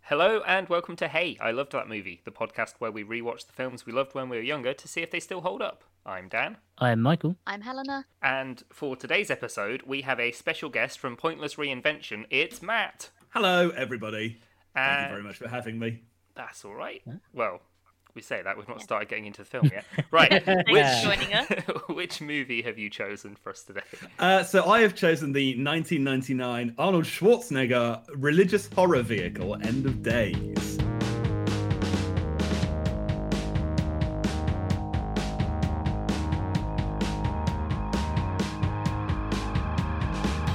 Hello and welcome to Hey, I Loved That Movie, the podcast where we rewatch the films we loved when we were younger to see if they still hold up. I'm Dan, I am Michael. I'm Helena. and for today's episode, we have a special guest from Pointless Reinvention. It's Matt. Hello, everybody. Thank Uh, you very much for having me. That's all right. Well, we say that we've not started getting into the film yet. Right. Yeah. Thanks for joining us. Which movie have you chosen for us today? Uh, so I have chosen the 1999 Arnold Schwarzenegger religious horror vehicle, End of Days.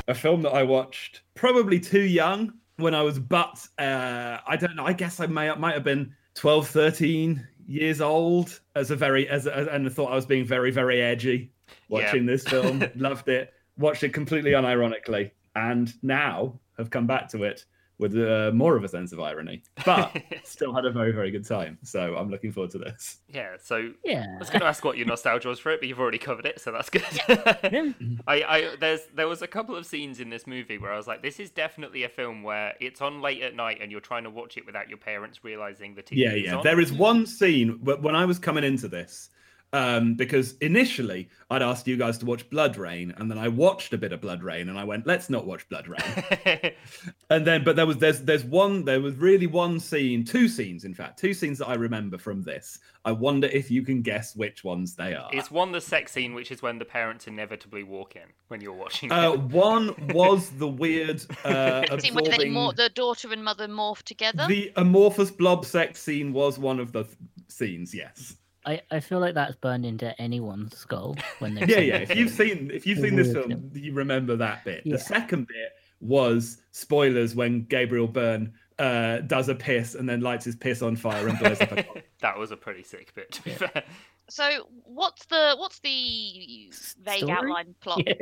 A film that I watched probably too young when I was but uh, I don't know. I guess I may might have been 12, 13 years old as a very as, a, and I thought I was being very very edgy watching this film. Loved it. Watched it completely unironically, and now have come back to it with uh, more of a sense of irony, but still had a very very good time. So I'm looking forward to this. Yeah, so I Yeah. was going to ask what your nostalgia was for it, but you've already covered it, so that's good. Yeah. I, I there's there was a couple of scenes in this movie where I was like, this is definitely a film where it's on late at night and you're trying to watch it without your parents realizing the TV Yeah, is yeah. on. There is one scene wh- when I was coming into this, um, because initially I'd asked you guys to watch Blood Rain, and then I watched a bit of Blood Rain, and I went, let's not watch Blood Rain. and then but there was there's there's one there was really one scene two scenes in fact two scenes that i remember from this i wonder if you can guess which ones they are it's one the sex scene, which is when the parents inevitably walk in when you're watching. uh, it. one was the weird uh, Scene where they absorbing- mor- the daughter and mother morph together. the amorphous blob sex scene was one of the th- scenes yes I, I feel like that's burned into anyone's skull when they yeah yeah if you've seen if you've seen this Weird. film you remember that bit Yeah. the second bit was spoilers when gabriel byrne uh, does a piss and then lights his piss on fire and blows up a that was a pretty sick bit. To be fair, So what's the what's the vague Story? outline plot Yeah.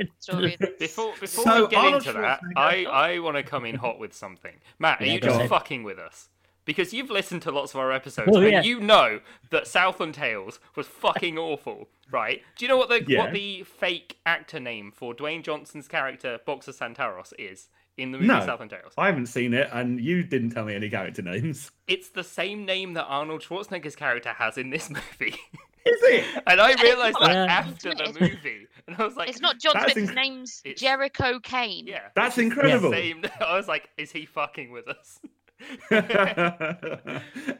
story? of this? before before So, we get Arnold into that, I I want to come in hot with something. Matt, are Yeah, you go just ahead. fucking with us? Because you've listened to lots of our episodes, Well, but yeah. you know that Southland Tales was fucking awful, right? Do you know what the Yeah. what the fake actor name for Dwayne Johnson's character Boxer Santaros is in the movie No. Southland Tales? I haven't seen it, and you didn't tell me any character names. It's the same name that Arnold Schwarzenegger's character has in this movie, Is it? and I realized that Yeah. after the movie, and I was like, It's not John That's Smith. His inc- name's it's- Jericho Kane. yeah, That's it's the incredible. Same, I was like, is he fucking with us?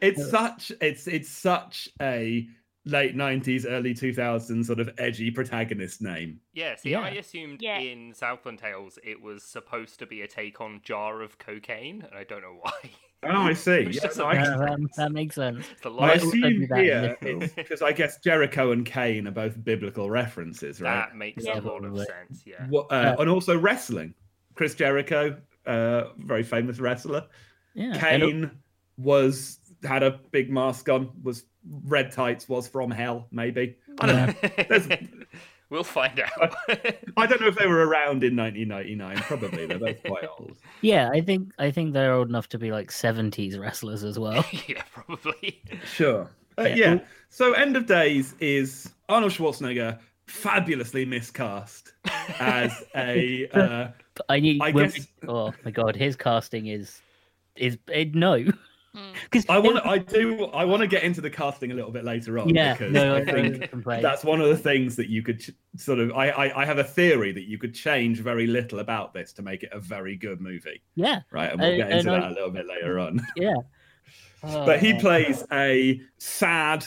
it's such it's it's such a late nineties, early two thousands sort of edgy protagonist name. Yeah, see, I Yeah. assumed Yeah. in Southland Tales it was supposed to be a take on Jar of Cocaine, and I don't know why. Oh, I see. Which Yes, doesn't I, make Yeah, that, Uh, um, that makes sense. The I line Why- why do assume that in here the film? because I guess Jericho and Cain are both biblical references, right? that makes Yeah. a lot of Yeah. sense. Yeah, What, uh, and also wrestling. Chris Jericho, uh, very famous wrestler. Yeah. And- uh, Kane was had a big mask on, was red tights, was from hell, maybe. I don't know. There's- we'll find out. I don't know if they were around in 1999. Probably they're both quite old. yeah, I think I think they're old enough to be like seventies wrestlers as well. yeah, probably. Sure. Uh, Yeah. yeah. So End of Days is Arnold Schwarzenegger fabulously miscast as a. Uh, But I need. I when guess- we- oh my god, his casting is is it, no. Hmm. Because I want. I do. I want to get into the casting a little bit later on. Yeah. Because no, I I think don't complain. That's one of the things that you could ch- sort of. I, I I have a theory that you could change very little about this to make it a very good movie, Yeah. right? And we'll And- get into and I- that a little bit later on. Oh, but he plays a sad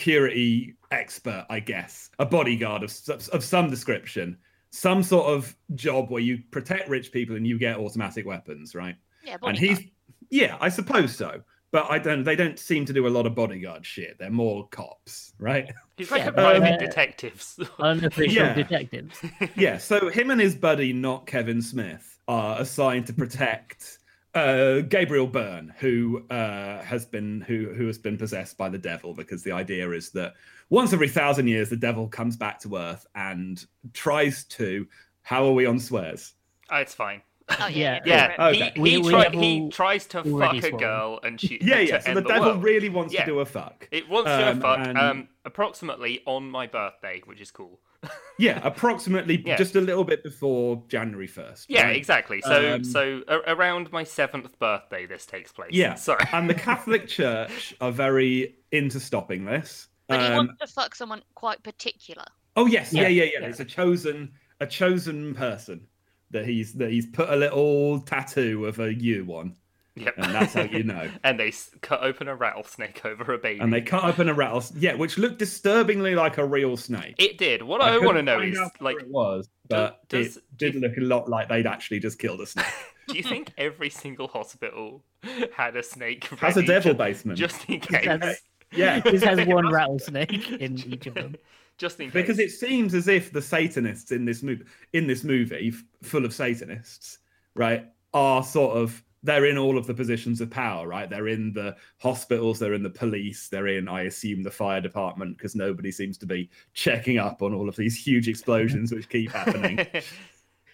security expert, I guess, a bodyguard of s- of some description, some sort of job where you protect rich people and you get automatic weapons, right? Yeah, and bodyguard. he's yeah, I suppose so. But I don't. They don't seem to do a lot of bodyguard shit. They're more cops, right? He's like Yeah, a private uh, detectives. unofficial Yeah. detectives. yeah, so him and his buddy, not Kevin Smith, are assigned to protect uh, Gabriel Byrne, who uh, has been who who has been possessed by the devil, because the idea is that once every thousand years, the devil comes back to Earth and tries to. How are we on swears? oh, it's fine. Oh yeah, yeah. Yeah, correct. Oh, he, okay. he, We- we try- have he all tries to already fuck a sworn. girl, and she Yeah, to yeah. So end the devil world. really wants Yeah. to do a fuck. It wants to Um, fuck and- um, approximately on my birthday, which is cool. Yeah, approximately Yeah. just a little bit before January first. Yeah, right? exactly. So Um, so a- around my seventh birthday, this takes place. Yeah. So And the Catholic Church are very into stopping this. But he Um, wants to fuck someone quite particular. oh yes, yeah, Yeah, yeah, yeah. yeah. It's a chosen, a chosen person that he's that he's put a little tattoo of a U on, yep. and that's how you know. and they s- cut open a rattlesnake over a baby. And they cut open a rattle, yeah, which looked disturbingly like a real snake. It did. What I I, couldn't want to know find is out like, where it was, but do- does- it did look a lot like they'd actually just killed a snake. do you think every single hospital had a snake? That's a ready devil ju- basement. just in Yeah. case. Yeah. This has one rattlesnake in each of them. Just in case. because it seems as if the satanists in this movie in this movie f- full of satanists right are sort of they're in all of the positions of power right they're in the hospitals they're in the police they're in i assume the fire department because nobody seems to be checking up on all of these huge explosions which keep happening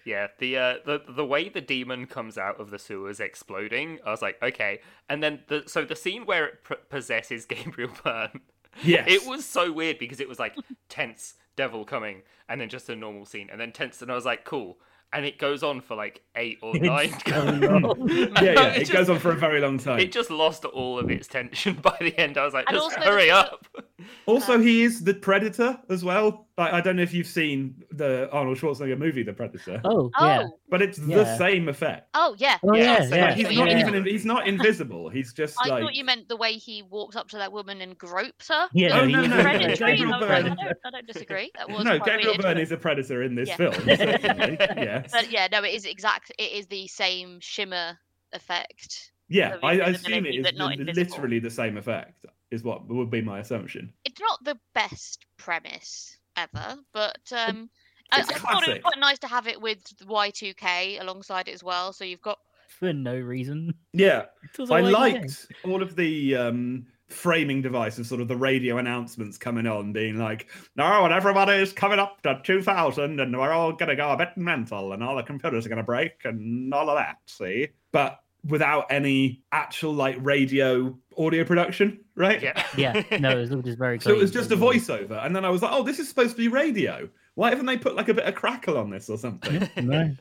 yeah, the uh, the the way the demon comes out of the sewers exploding, I was like, okay. And then the so the scene where it p- possesses Gabriel Byrne, yes it was so weird because it was like tense devil coming, and then just a normal scene, and then tense, and I was like, cool. And it goes on for like eight or It's nine. going Um, yeah yeah it, just, goes on for a very long time It just lost all of its tension by the end. I was like, And just also the hurry fact up. uh, also he is the predator as well like, i don't know if you've seen the arnold schwarzenegger movie the predator Oh, Oh, yeah. but it's the yeah. same effect oh yeah. Oh, Yeah, yeah, so yeah. Like, he's But not you- even in- he's not invisible. He's just I like thought you meant the way he walks up to that woman and gropes her. Yeah, Oh, That no, was no, no, predatory, and Gabriel I was like, Byrne. Oh, I, don't, I don't disagree. That was no. quite Gabriel weird, Byrne but- is a predator in this Yeah. film. certainly. yes. But yeah, no, it is exact. It is the same shimmer effect. Yeah. the I, I assume invisibility, it is but not li- invisible. literally the same effect. Is what would be my assumption. It's not the best premise ever, but um, I, I It's thought it was classic. quite nice to have it with Y2K alongside it as well. So you've got For no reason. Yeah. It was a I white liked all of the um, framing device of sort of the radio announcements coming on, being like, "No, and everybody's coming up to 2000, and we're all going to go a bit mental, and all the computers are going to break, and all of that." See, but without any actual like radio audio production, right? yeah. thing. Yeah, no, it was, it was very So clean. it was just a voiceover, and then I was like, "Oh, this is supposed to be radio. Why haven't they put like a bit of crackle on this or something?" No,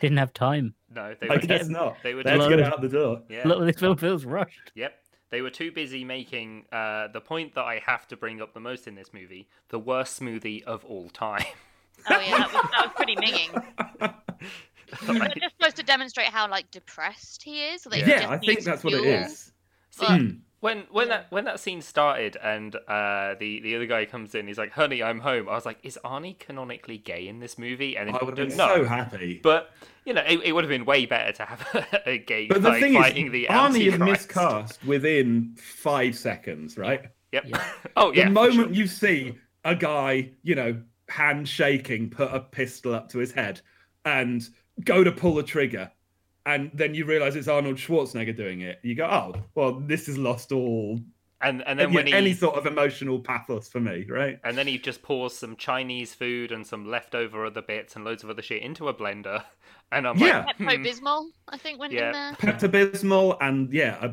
didn't have time. No, they I were guess not. They were They had to just- get it out the door. yeah. A lot of this film feels rushed. Yep. They were too busy making uh, the point that I have to bring up the most in this movie the worst smoothie of all time. oh yeah, that was, that was pretty minging. They're Like, just supposed to demonstrate how like depressed he is. So that he Yeah, just Yeah, I think needs that's what it fuel. is. see, But- Hmm. when when Yeah. that when that scene started and uh, the the other guy comes in, he's like, "Honey, I'm home." I was like, "Is Arnie canonically gay in this movie?" And I it- would have been no, so happy. but you know, it, it would have been way better to have a gay But the guy thing fighting is, the Arnie is Antichrist. miscast within five seconds, right? Yep. Yeah. oh yeah. the for moment sure. you see a guy, you know, hand shaking, put a pistol up to his head and go to pull the trigger, and then you realize it's Arnold Schwarzenegger doing it, you go, oh, well, this has lost all and and then yeah, when he any sort of emotional pathos for me, right? And then he just pours some Chinese food and some leftover other bits and loads of other shit into a blender. And I'm Yeah. like, Pepto hmm, Bismol, I think, went Yeah. in there. Pepto Bismol and yeah, a, uh,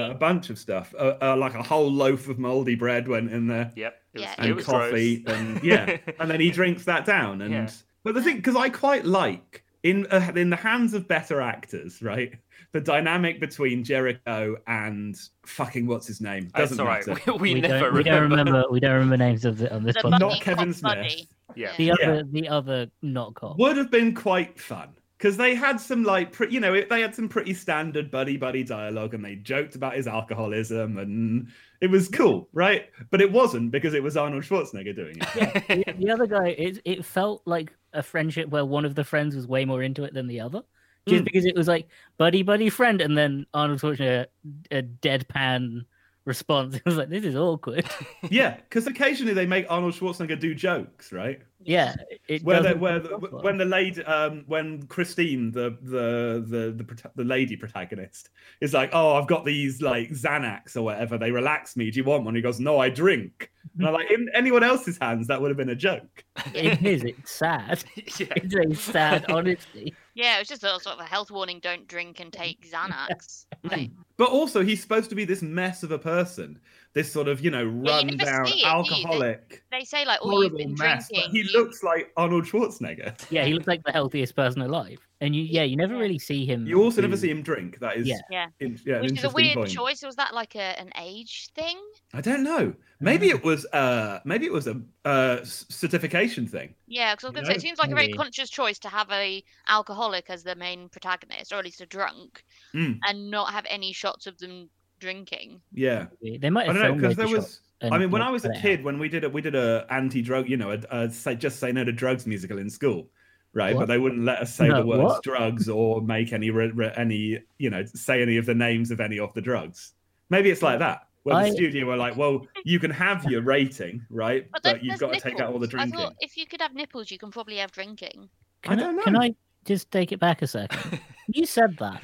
Coffee. a bunch of stuff, uh, uh, like a whole loaf of moldy bread went in there. hmm, yep, it was, Yeah, it and was coffee gross. and yeah and then he drinks that down and Yeah. but the thing because i quite like in uh, in the hands of better actors right the dynamic between jericho and fucking what's his name That's doesn't all right. matter We, we never don't, we don't remember. We don't remember names of the, on this The podcast. Bunny not kevin Cop smith Buddy. Yeah. the Yeah. other, the other not cop. would have been quite fun because they had some like pre- you know it- they had some pretty standard buddy buddy dialogue and they joked about his alcoholism and it was cool right but it wasn't because it was arnold schwarzenegger doing it The- the other guy, it, it felt like a friendship where one of the friends was way more into it than the other, just Mm. because it was like buddy, buddy, friend, and then Arnold Schwarzenegger, a deadpan response. It was like this is awkward. yeah because occasionally they make arnold schwarzenegger do jokes right yeah. It where the, doesn't where come the, across well. when the lady um when Christine the the the the, prota- the lady protagonist is like oh I've got these like Xanax or whatever they relax me do you want one he goes no I drink and I'm like in anyone else's hands that would have been a joke it is, it's sad. yeah. It's very sad, honestly. Yeah, it was just a sort of a health warning: don't drink and take Xanax. Like, but also he's supposed to be this mess of a person this sort of you know Yeah, you run never down see it, do you? alcoholic they say like, oh, you've horrible been mess but drinking. he you- looks like Arnold Schwarzenegger Yeah, he looks like the healthiest person alive. And you yeah, you never Yeah. really see him. you also never do- see him drink that is Mm. Yeah. Yeah. in- yeah, an which is a interesting weird point. choice. Was that like a, an age thing? I don't know. Maybe Mm. it was uh maybe it was a uh s- certification thing. Yeah, because I was going to No, say it seems like a very maybe. conscious choice to have a alcoholic as the main protagonist, or at least a drunk, Mm. and not have any shots of them drinking. Yeah. They might I have don't know filmed loads because there of was shots and I mean when not I was a put it out. kid when we did a we did a anti-drug, you know, a, a say just say no to drugs musical in school. Right, but What? they wouldn't let us say No, the words what? drugs or make any re- re- any you know say any of the names of any of the drugs. Maybe it's like that where I- the studio were like, well, you can have your rating, right? But, then you've there's got to take out all the nipples. drinking. I thought if you could have nipples, you can probably have drinking. Can I don't know. Can I just take it back a second? you said that.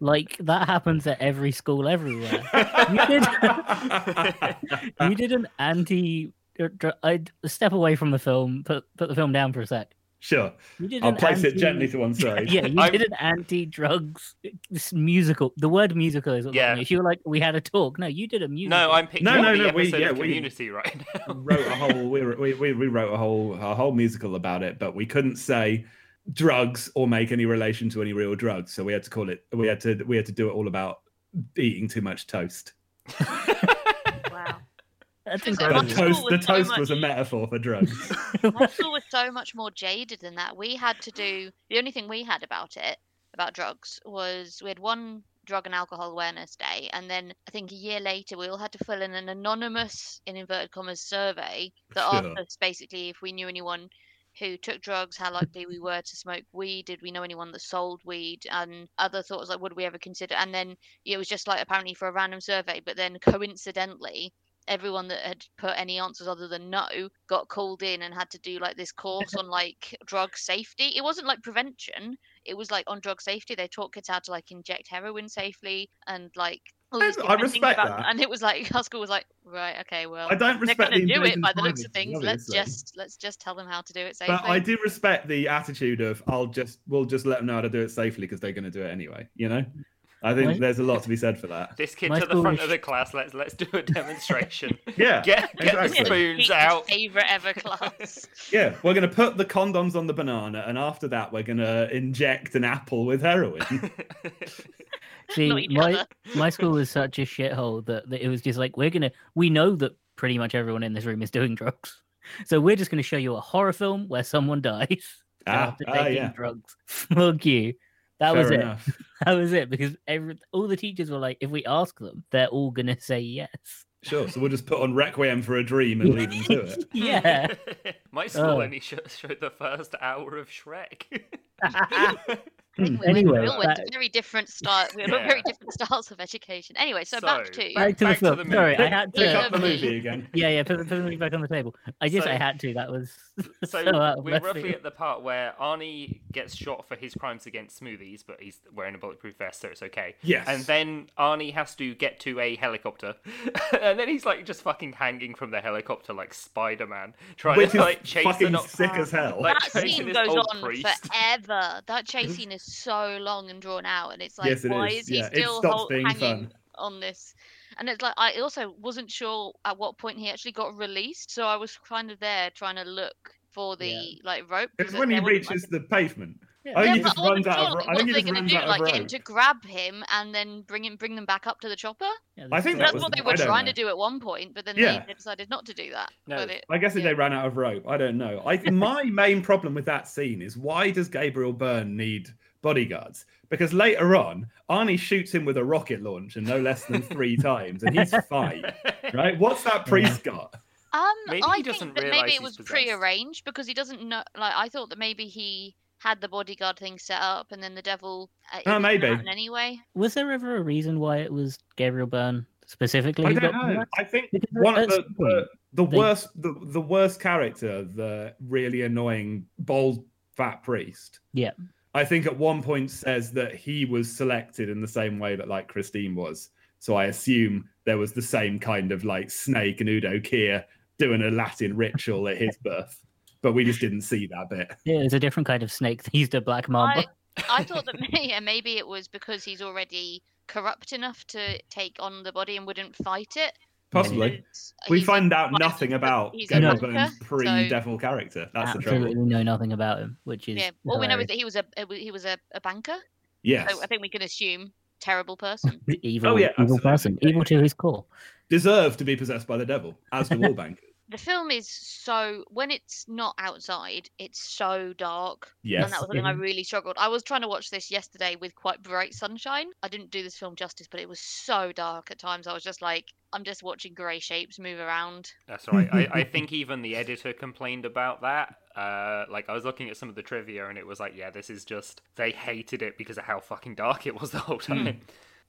Like that happens at every school everywhere. You you did an anti uh, I'd step away from the film, put put the film down for a sec. sure. You did I'll an place it anti- gently to one side. yeah, you I'm- did an anti-drugs s- musical. The word musical is what Yeah. yeah. If you were like, we had a talk. No, you did a musical. No, I'm picking No, up no, the no, we- episode yeah, of we- Community right now. wrote a whole we, were- we, we we wrote a whole a whole musical about it, but we couldn't say drugs or make any relation to any real drugs. So we had to call it we had to we had to do it all about eating too much toast. Wow. That's Is it The But incredible. school toast the was so toast was a much- metaphor for drugs. My school was so much more jaded than that. We had to do the only thing we had about it about drugs was we had one drug and alcohol awareness day, and then I think a year later we all had to fill in an anonymous, in inverted commas, survey that Sure. asked us basically if we knew anyone who took drugs, how likely we were to smoke weed, did we know anyone that sold weed, and other thoughts like would we ever consider? And then it was just like apparently for a random survey, but then coincidentally, everyone that had put any answers other than no got called in and had to do like this course on like drug safety. It wasn't like prevention, it was like on drug safety. They taught kids how to like inject heroin safely and like. all I- these I different things respect about- that. And it was like our school was like, right, okay, well, I don't they're respect gonna do the it invasion by the looks of privacy, things. Let's obviously. just let's just tell them how to do it safely. But I do respect the attitude of I'll just we'll just let them know how to do it safely because they're going to do it anyway. You know, I think Right. there's a lot to be said for that. This kid My to the school front was- of the class. Let's let's do a demonstration. Yeah, Get get Exactly. the spoons Pete's out. Favorite ever class. yeah. We're going to put the condoms on the banana, and after that, we're going to inject an apple with heroin. Ah, Not See, each my other. my school was such a shithole that, that it was just like we're gonna. We know that pretty much everyone in this room is doing drugs, so we're just gonna show you a horror film where someone dies ah, after ah, taking yeah. drugs. Fuck you. That was Fair it. enough. That was it because every all the teachers were like, if we ask them, they're all gonna say yes. Sure. So we'll just put on Requiem for a Dream and leave them to it. yeah. My school Oh. only sho- showed the first hour of Shrek. I think Hmm. we went- Anyway, we all went to that- very different start. We were Yeah. very different styles of education. Anyway, so, back So, to Back to Back to the film. the Sorry, movie. I had Pick to. up the movie again. Yeah, yeah. Put, the- put the movie back on the table. I just, I So- had to. That was so, so out Oh, of we're left roughly field. at the part where Arnie gets shot for his crimes against smoothies, but he's wearing a bulletproof vest, so it's okay. Yes. And then Arnie has to get to a helicopter, and then he's like just fucking hanging from the helicopter like Spider Man, trying which to is like chase fucking an op- sick as hell. Like, that chasing scene this goes old on priest. forever. That chase scene is so long and drawn out, and it's like, yes, it is. why is, he yeah, it still stops hol- being hanging fun. on this? And it's like I also wasn't sure at what point he actually got released, so I was kind of there trying to look for the Yeah. like rope. It's that when he there wasn't, like, reaches the pavement. Yeah, I think yeah, he but just I wasn't runs out sure, of. like, ro- I what think he are they just going runs to do? out of Like get him rope. to grab him and then bring him bring them back up to the chopper? yeah, I that's think the- that That's was- what they I were don't trying to know. do at one point, but then Yeah. they, they decided not to do that. No, But it, I guess if yeah. they ran out of rope, I don't know. I my main problem with that scene is why does Gabriel Byrne need bodyguards? Because later on, Arnie shoots him with a rocket launch and no less than three times, and he's fine. Right? What's that priest got? Um, Maybe I he think doesn't that realise maybe he's it was possessed. prearranged because he doesn't know. Like, I thought that maybe he had the bodyguard thing set up, and then the devil. Uh, it Oh, was gonna maybe. happen anyway. was there ever a reason why it was Gabriel Byrne specifically? I who don't got know. that? I think Because one of at the, some point- the The They- worst, the, the worst character, the really annoying bald fat priest. Yeah. I think at one point says that he was selected in the same way that like Christine was. So I assume there was the same kind of like snake and Udo Kier doing a Latin ritual at his birth, but we just didn't see that bit. Yeah, it's a different kind of snake that used a black mamba. I, I thought that may- yeah, maybe it was because he's already corrupt enough to take on the body and wouldn't fight it. Possibly. Because We he's find a- out he's a- nothing about he's a Gabriel monster, Byrne's so- pre-devil character. That's the Absolutely trouble. know nothing about him, which is Yeah, all we know is hilarious. that he was a a- he was a, a banker. Yes. So I think we can assume terrible person. evil, Oh, yeah, evil absolutely. person, evil to his core. deserve to be possessed by the devil, as do all bankers. the film is so when it's not outside, it's so dark. Yes. Mm-hmm. And that was something I really struggled. I was trying to watch this yesterday with quite bright sunshine. I didn't do this film justice, but it was so dark at times. I was just like, I'm just watching grey shapes move around. That's right. I, I think even the editor complained about that. Uh, like I was looking at some of the trivia and it was like, yeah, this is just they hated it because of how fucking dark it was the whole Hmm. time.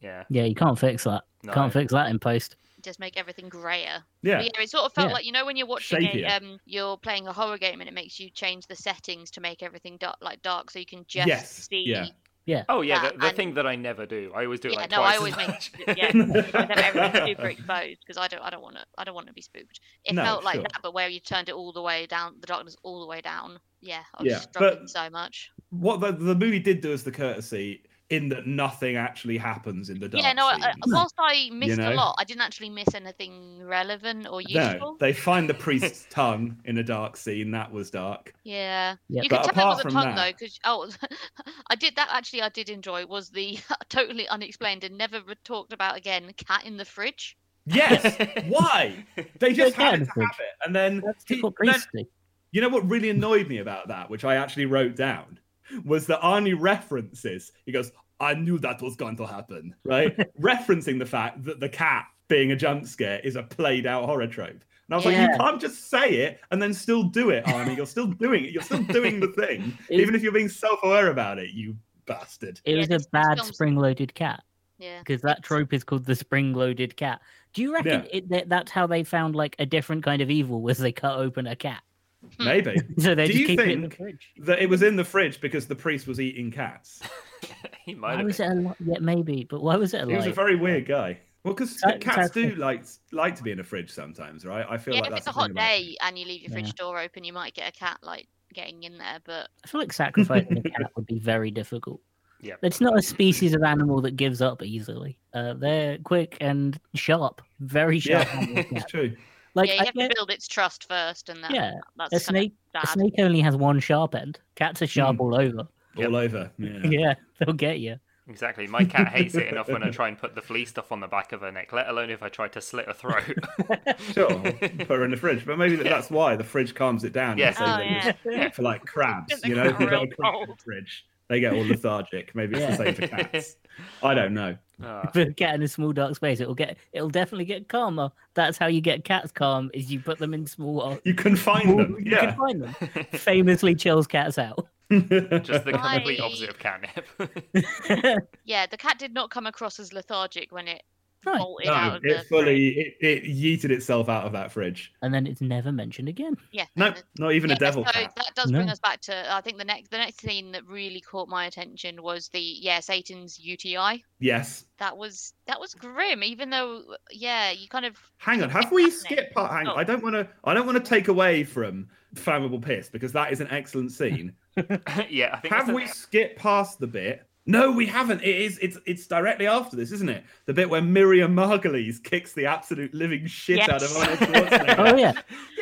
Yeah, Yeah, you can't fix that. no. Can't fix that in post. Just make everything grayer. Yeah. But yeah, it sort of felt Yeah. like you know when you're watching a, Shakier. um, you're playing a horror game and it makes you change the settings to make everything dark, like dark, so you can just Yes, see. yeah. Oh yeah, that the, the and- thing that I never do. I always do it Yeah, like no, twice I always as make- much. yeah. I never everything super exposed because I don't I don't want to I don't want to be spooked. It No, felt like sure. that, but where you turned it all the way down, the darkness all the way down. Yeah, I was Yeah, but- struggling so much. What the, the movie did do is the courtesy in that nothing actually happens in the dark. Yeah, no. uh, I, I- scenes. whilst I missed know? a lot, I didn't actually miss anything relevant or no, useful. they find the priest's tongue in a dark scene. That was dark. Yeah, Yeah, you but could tell apart it was a from tongue though, that- because oh, I did that actually. I did enjoy was the totally unexplained and never re- talked about again. Cat in the fridge. Yes. Why? They just Yeah, had the to fridge. have it, and then That's he- what then priests do. You know what really annoyed me about that, which I actually wrote down, was that Arnie references, he goes, I knew that was going to happen, right? Referencing the fact that the cat being a jump scare is a played out horror trope. And I was like, Yeah. you can't just say it and then still do it, Arnie. You're still doing it. You're still doing the thing, It- even if you're being self aware about it, you bastard. It Yeah, was this- a this bad film's- spring-loaded cat Yeah. because that trope is called the spring-loaded cat. Do you reckon it, that that's how they found like a different kind of evil was they cut open a cat? Hmm. Maybe. So they Do just you keep it in the think fridge. That it was in the fridge because the priest was eating cats. he might Why have. was Been. it a lot? Yeah, maybe, but why was it a He was a lot? very weird guy. Well, because Sa- cats do sadly. like like to be in a fridge sometimes, right? I feel Yeah, like if it's that's a the thing hot about- day and you leave your fridge Yeah. door open, you might get a cat like getting in there. But I feel like sacrificing a cat would be very difficult. Yep. It's not a species of animal that gives up easily. Uh, they're quick and sharp, very sharp. Yeah, animals, it's cats. true. Like yeah, you I have get- to build its trust first, and that, Yeah, that's a kind snake, of a sad. snake only has one sharp end. Cats are sharp Mm. all over. Yep. All over. Yeah. Yeah, they'll get you. Exactly. My cat hates it enough when I try and put the flea stuff on the back of her neck, let alone if I try to slit her throat. Sure. Put her in the fridge, but maybe that's why the fridge calms it down. Yes. and Oh, saves it yeah. Yeah. For like crabs, They you know, got they've got real a crab in the cold. fridge. They get all lethargic. Maybe it's the same for cats. I don't know. Ah. Put a cat in a small dark space, it'll get it'll definitely get calmer. That's how you get cats calm is you put them in small ar- You can small- find them. You Yeah. can find them. Famously chills cats out. Just the complete I- opposite of catnip. right. Yeah, the cat did not come across as lethargic when it bolted out no, of the it fridge. fully it, it yeeted itself out of that fridge. And then it's never mentioned again. Yeah. No, and it- not even a yeah, devil so cat. that does bring No. us back to I think the next the next scene that really caught my attention was the yeah Satan's UTI. Yes. That was that was grim, even though yeah you kind of Hang on, have What's we happening? skipped part? Hang on, Oh. I don't want to. I don't want to take away from flammable piss because that is an excellent scene. yeah, I think Have that's we skipped past the bit? No, we haven't. It is. It's it's directly after this, isn't it? The bit where Miriam Margolyes kicks the absolute living shit out of Yes. Arnold Oh Schwarzenegger. yeah. It's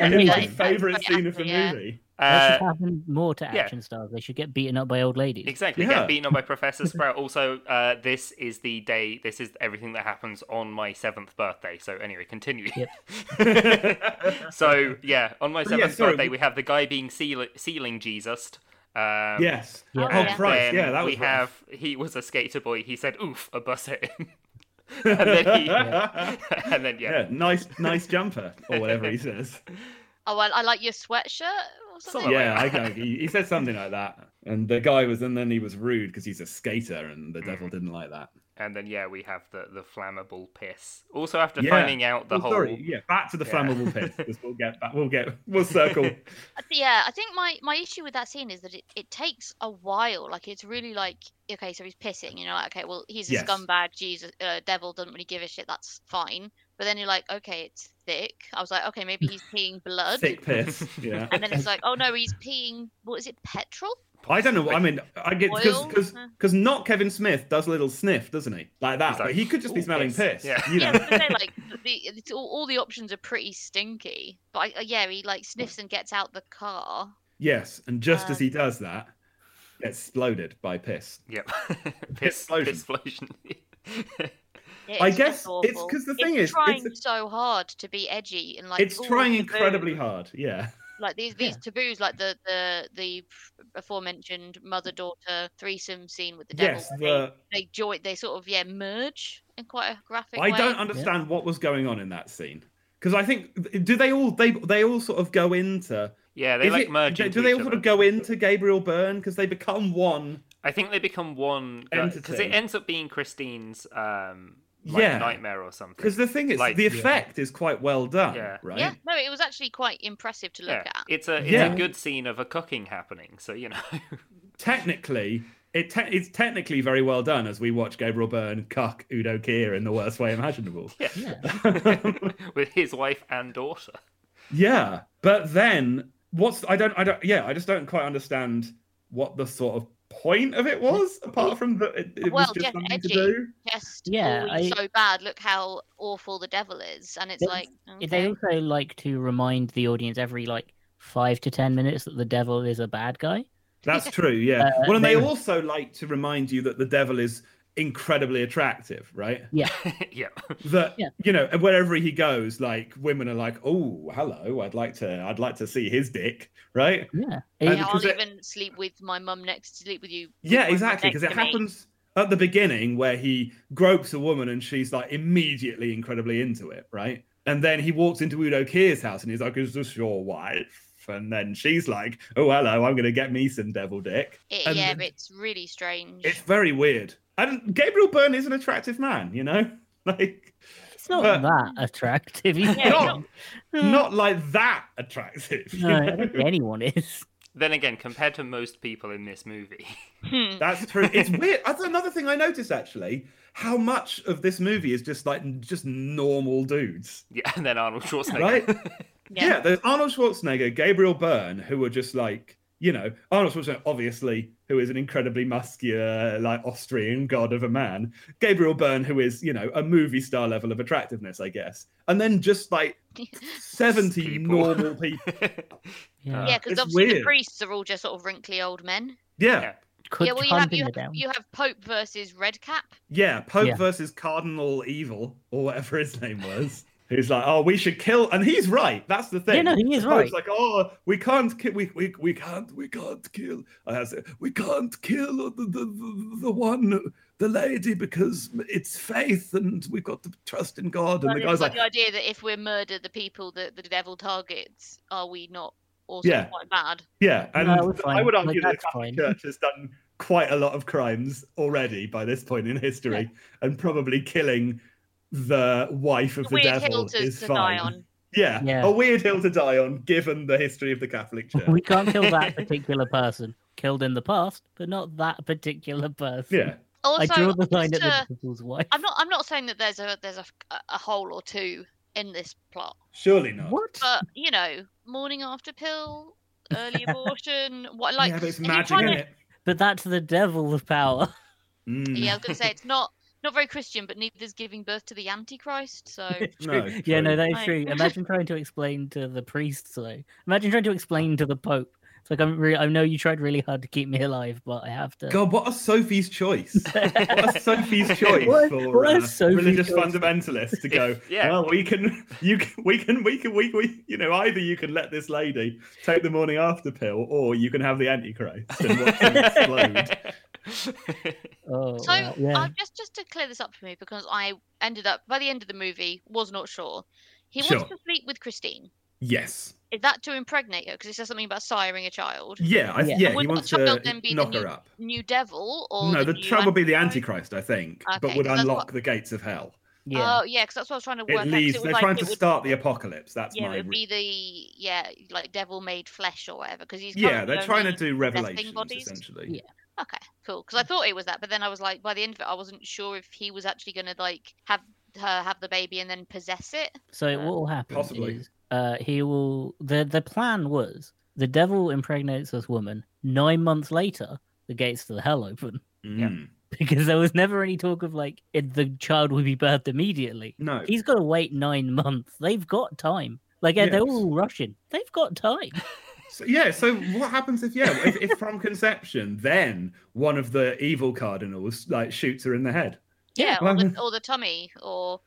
amazing. my That is- that's favorite right scene of after, the yeah. movie. Uh, That should happen more to yeah. action stars. They should get beaten up by old ladies. Exactly. Yeah. Get beaten up by Professor Sprout. Also, uh, this is the day. This is everything that happens on my seventh birthday. So anyway, continue. so yeah, on my Oh, Yeah, seventh sorry, birthday, we- we have the guy being seal- sealing Jesus. Um, yes. Yeah. Oh Yeah. Christ! then Yeah, that was we have. He was a skater boy. He said, "Oof!" A bus hit him. and then he, Yeah. and then yeah, Yeah, nice, nice jumper or whatever he says. oh well, I like your sweatshirt or something. Something like Yeah, I can he, he Mm. said something like that, and the guy was, and then he was rude because he's a skater, and the devil didn't like that. and then yeah, we have the the flammable piss. Also, after Yeah. finding out the Oh, whole sorry, yeah, back to the Yeah. flammable pits. 'cause we'll get back. We'll get. We'll circle. I th- Yeah, I think my my issue with that scene is that it, it takes a while. Like it's really like okay, so he's pissing, you know, like okay, well he's a Yes. scumbag, Jesus, uh, devil doesn't really give a shit. That's fine. But then you're like, okay, it's thick. I was like, okay, maybe he's peeing blood. Thick piss. Yeah. And then it's like, oh no, he's peeing. What is it? Petrol? I don't know. I mean, I get Oil? because Huh. because not Kevin Smith does a little sniff, doesn't he? Like that. He's like, but he could just be "Ooh, smelling piss." piss. Yeah. You yeah, know. I was gonna say, like the, it's all, all the options are pretty stinky. But I, uh, yeah, he like sniffs and gets out the car. yes. And just as Um, he does that, gets exploded by piss. Yep. piss Explosion. explosion. It I is guess just it's awful. because the It's thing is, trying it's, so hard to be edgy and like it's all trying taboo. incredibly hard. Yeah. like these these taboos like the the the aforementioned mother daughter threesome scene with the devil Yes. where they, The, they join they sort of yeah merge in quite a graphic I way don't understand what was going on in that scene because I think do they all they they all sort of go into yeah, they is like it- merge. do- into do they each all sort of other. go into Gabriel Byrne because they become one? I think they become one because it Entity. ends up being Christine's um like, Yeah. nightmare or something. Because the thing is, Like- the Yeah. effect is quite well done, Yeah. right? yeah no it was actually quite impressive to yeah, look at it's a it's Yeah. a good scene of a cooking happening. So you know, Technically, it te- it's technically very well done as we watch Gabriel Byrne cuck Udo Kier in the worst way imaginable. Yeah. with his wife and daughter. yeah, but then what's I don't I don't yeah I just don't quite understand what the sort of point of it was apart from that it, it Well, was just get something to edgy. do. just Yeah, oh, I- he's so bad look how awful the devil is and it's They- like They okay. also like to remind the audience every like five to ten minutes that the devil is a bad guy. That's true. Yeah. Uh, well, and they they- also like to remind you that the devil is incredibly attractive, right? yeah, that Yeah. you know wherever he goes like women are like oh hello i'd like to i'd like to see his dick right Yeah. And- yeah, because I'll it- even sleep with my mum next to sleep with you with my yeah mum exactly because next it to me. happens at the beginning where he gropes a woman and she's like immediately incredibly into it right and then he walks into udo kier's house and he's like is this your wife and then she's like oh hello i'm gonna get me some devil dick It- and yeah then- but it's really strange it's very weird and gabriel byrne is an attractive man you know like It's not Uh, that attractive. he's Yeah, not- not, not like that attractive you Hmm. No, I know? don't think anyone is. Then again, compared to most people in this movie, Hmm. That's true. It's weird. That's another thing I noticed actually. How much of this movie is just like just normal dudes? Oh, yeah, and then Arnold Schwarzenegger. Right. Yeah. yeah, there's Arnold Schwarzenegger, Gabriel Byrne, who are just like you know Arnold Schwarzenegger, obviously, who is an incredibly muscular, like Austrian god of a man. Gabriel Byrne, who is you know a movie star level of attractiveness, I guess. And then just like seventy People. normal people. Yeah. Uh, yeah, because it's obviously the weird. priests are all just sort of wrinkly old men. Yeah, Yeah. Could yeah, well, you hunt have, you, him have, down. you have Pope versus Redcap. yeah. Pope Yeah. versus Cardinal Evil or whatever his name was. Who's like, oh, we should kill, and he's right. That's the thing. Yeah, no, he is right. Pope's like, oh, we can't kill, we, we, we can't, we can't kill. I have to- we can't kill the, the, the, the one, the lady, because it's faith and we've got to trust in God. And Well, the it's guy's got like, the idea that if we murder the people that the devil targets, are we not also Yeah. quite bad? yeah. And No, we're I fine. would Like, argue that the that's Catholic fine. Church has done quite a lot of crimes already by this point in history, and probably killing the wife of the Weird hill devil to, is to fine. die on. Yeah, Yeah. a weird hill to die on, given the history of the Catholic Church. We can't kill that particular person. Killed in the past, but not that particular person. yeah. I Also, draw the line at just, uh, the devil's wife. I'm not. I'm not saying that there's a there's a, a hole or two in this plot, Surely not. What? but you know, morning after pill, early abortion, what like? yeah, but it's if you're magic, trying isn't to- it? But that's the devil of power. Mm. Yeah, I was gonna say it's not not very Christian, but neither is giving birth to the Antichrist. So No, yeah, true. no, that is Right. true. Imagine trying to explain to the priests, though. Imagine trying to explain to the Pope. It's like I'm. Re- I know you tried really hard to keep me alive, but I have to. God, what a Sophie's choice. What a Sophie's choice What- for what a uh, Sophie's religious choice. fundamentalists to go. If- yeah. Well, we can, you can, we can, we can, we, we, you know, either you can let this lady take the morning after pill, or you can have the Antichrist and watch him explode. Oh, So wow, yeah. uh, just just to clear this up for me, because I ended up by the end of the movie was not sure. He Sure. wants to sleep with Christine, Yes. Is that to impregnate her? Because it says something about siring a child. Yeah, I, Yeah. yeah. Would he the wants child to then be the knock new- her up. New devil or No, the, the new child would be the Antichrist? Antichrist, I think, Okay, but would 'cause that's unlock what- the gates of hell. Yeah. Oh yeah, because that's what I was trying to work It out. 'cause leads. was They're like, trying it to would- start the apocalypse. That's Yeah, my. it would be re- the yeah, like devil made flesh or whatever. Because he's yeah, currently they're trying to only- do Mm. revelations bodies? essentially. Yeah. Okay, cool. Because I thought it was that, but then I was like, by the end of it, I wasn't sure if he was actually gonna like have her have the baby and then possess it. So Uh, what will happen possibly. is uh, he will. the The plan was the devil impregnates this woman. Nine months later, the gates to the hell open Mm. because there was never any talk of like it, the child would be birthed immediately. No. He's got to wait nine months. They've got time. Like Ed, they're Yes. all rushing. They've got time. So, yeah. So what happens if yeah if, if from conception then one of the evil cardinals like shoots her in the head? Yeah, or, well, the, or the tummy, or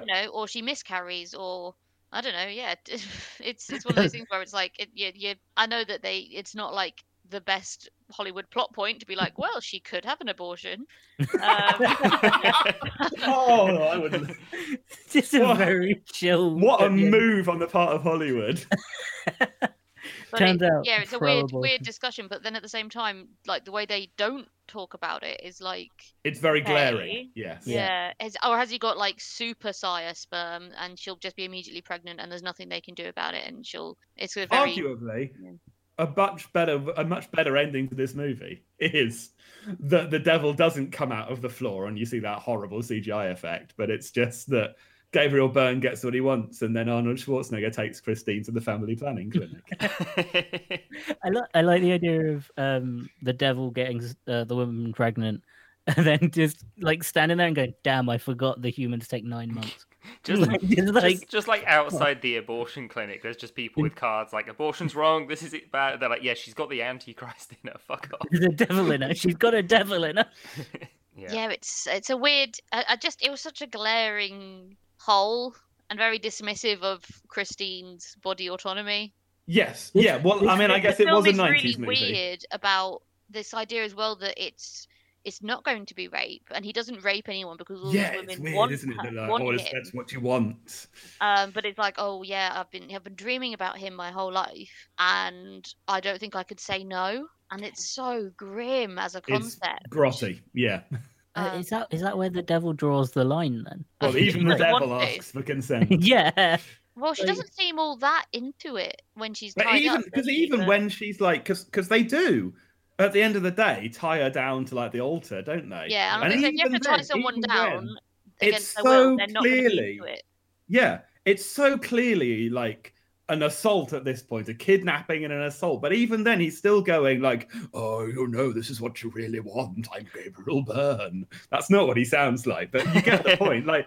you know, or she miscarries, or I don't know. Yeah, it's it's one of those things where it's like, it, you, you, I know that they, it's not like the best Hollywood plot point to be like, well, she could have an abortion. Um, oh, I would. Just a What- very chill. What a at the end. move on the part of Hollywood. but Turns it- out yeah, it's a weird, weird pro-abortion. discussion. But then at the same time, like the way they don't talk about it is like, It's very Okay. glaring. Yes. Yeah. yeah, has, or has he got like super sire sperm, and she'll just be immediately pregnant, and there's nothing they can do about it, and she'll, it's a very, arguably Yeah. a much better a much better ending to this movie is that the devil doesn't come out of the floor and you see that horrible CGI effect, but it's just that Gabriel Byrne gets what he wants and then Arnold Schwarzenegger takes Christine to the family planning clinic. I, li- I like the idea of um, the devil getting s- uh, the woman pregnant and then just like standing there and going, damn, I forgot the humans take nine months. just, like, just like- just, just like outside the abortion clinic, there's just people with cards like "abortion's wrong," "this is it bad." They're like, "Yeah, she's got the Antichrist in her." Fuck off. There's a devil in her. She's got a devil in her. Yeah. yeah. it's it's a weird I, I just it was such a glaring hole and very dismissive of christine's body autonomy yes. Yeah. Well, I mean, I guess the it film was a is 90s really movie. weird about this idea as well that it's it's not going to be rape and he doesn't rape anyone because all Yeah, these it's women weird, want, isn't it? her- They're like, want oh, him it's- that's what you want. um but it's like oh yeah i've been i've been dreaming about him my whole life and i don't think i could say no and it's so grim as a It's concept Grotty. Yeah. Uh, Um, is that is that where the devil draws the line then? Well, think even the it's like devil one face. asks for consent. yeah. Well, she Like- doesn't seem all that into it when she's But tied even up, because does she? even But- when she's like, because because they do at the end of the day tie her down to like the altar, don't they? yeah, and I'm gonna say, if you have to even tie then- someone even down then- against it's their will, so they're not gonna be clearly- into it. yeah, it's so clearly like an assault at this point, a kidnapping and an assault. But even then, he's still going like, "Oh, you know, this is what you really want. I'm Gabriel Byrne." That's not what he sounds like, but you get the point. Like.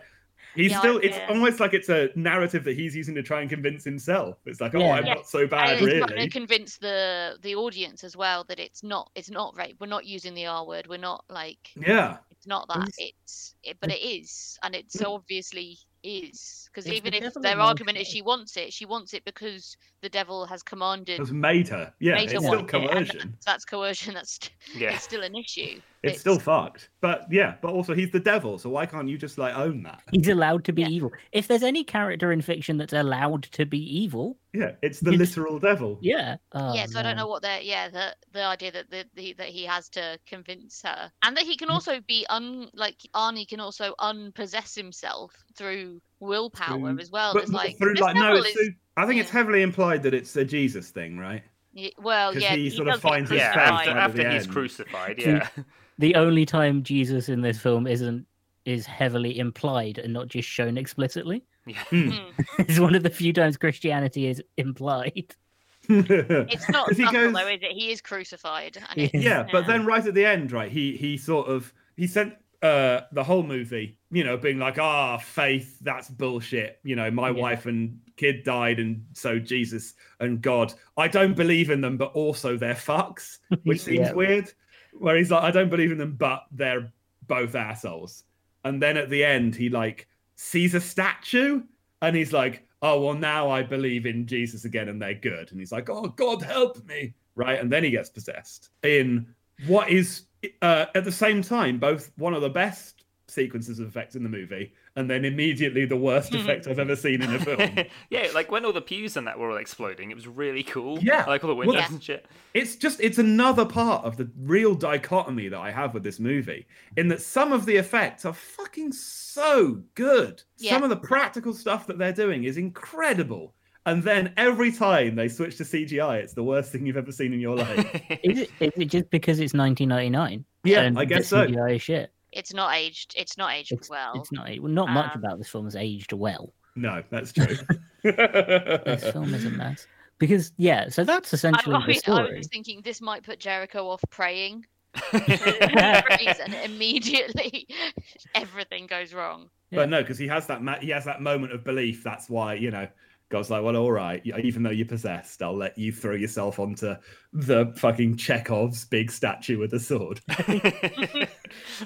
He's Yeah, I- still, it's yeah. almost like it's a narrative that he's using to try and convince himself. It's like, oh, Yeah. I'm Yeah. not so And bad, it's really. trying to convince the the audience as well that it's not it's not rape. We're not using the R word. We're not like Yeah. it's not that. It's- It's it, but it is, and it so obviously is because It's even the if devil in their man's argument is clothes. she wants it, she wants it because the devil has commanded. It's made her. Yeah, made her it's still want it, and coercion. that's, that's coercion. That's st- Yeah. it's still an issue. It's, still fucked. But yeah, but also he's the devil, so why can't you just like own that? He's allowed to be Yeah. evil. If there's any character in fiction that's allowed to be evil, Yeah, it's the It's- literal devil. yeah. Oh, yeah, so I don't man. know what the yeah the the idea that the, the that he has to convince her, and that he Mm. can also be un like Arnie can also unpossess himself through willpower Through- as well. but it's like through this like no, novel it's is, through- I think it's yeah. heavily implied that it's a Jesus thing, right? y- well, 'cause yeah, he sort of does get finds his Yeah, faith crucified. after, right at the after he's end. crucified, Can- yeah. The only time Jesus in this film isn't is heavily implied and not just shown explicitly. yeah. Hmm. Hmm. It's one of the few times Christianity is implied. It's not 'Cause he subtle goes- though, is it? He is crucified, and Yeah. it's, yeah, but Yeah. then right at the end, right, he he sort of he sent uh the whole movie, you know, being like, ah, faith, that's bullshit. You know, my Yeah. wife and kid died, and so Jesus and God. I don't believe in them, but also they're fucks, which seems Yeah. weird. Where he's like, I don't believe in them, but they're both assholes. And then at the end, he like sees a statue and he's like, oh, well, now I believe in Jesus again and they're good. And he's like, oh, God, help me. Right. And then he gets possessed in what is uh, at the same time both one of the best sequences of effects in the movie and then immediately the worst effect I've ever seen in a film. yeah, like when all the pews and that were all exploding, it was really cool. Yeah. like all the Well, windows Yeah. and shit. It's just it's another part of the real dichotomy that I have with this movie, in that some of the effects are fucking so good. Yeah. Some of the practical stuff that they're doing is incredible. And then every time they switch to CGI, it's the worst thing you've ever seen in your life. Is it, is it just because it's 1999? Yeah, and I guess the so. CGI is shit. It's not aged. It's not aged It's, well. it's not. Well, not much Oh. Um, about this film is aged well. No, that's true. This film isn't that. Because yeah, so that's essentially I, the mean, I was story. just thinking this might put Jericho off praying, and immediately everything goes wrong. Yeah. But no, because he has that ma- he has that moment of belief. That's why you know God's like, well, all right, y- even though you're possessed, I'll let you throw yourself onto the fucking Chekhov's big statue with a sword.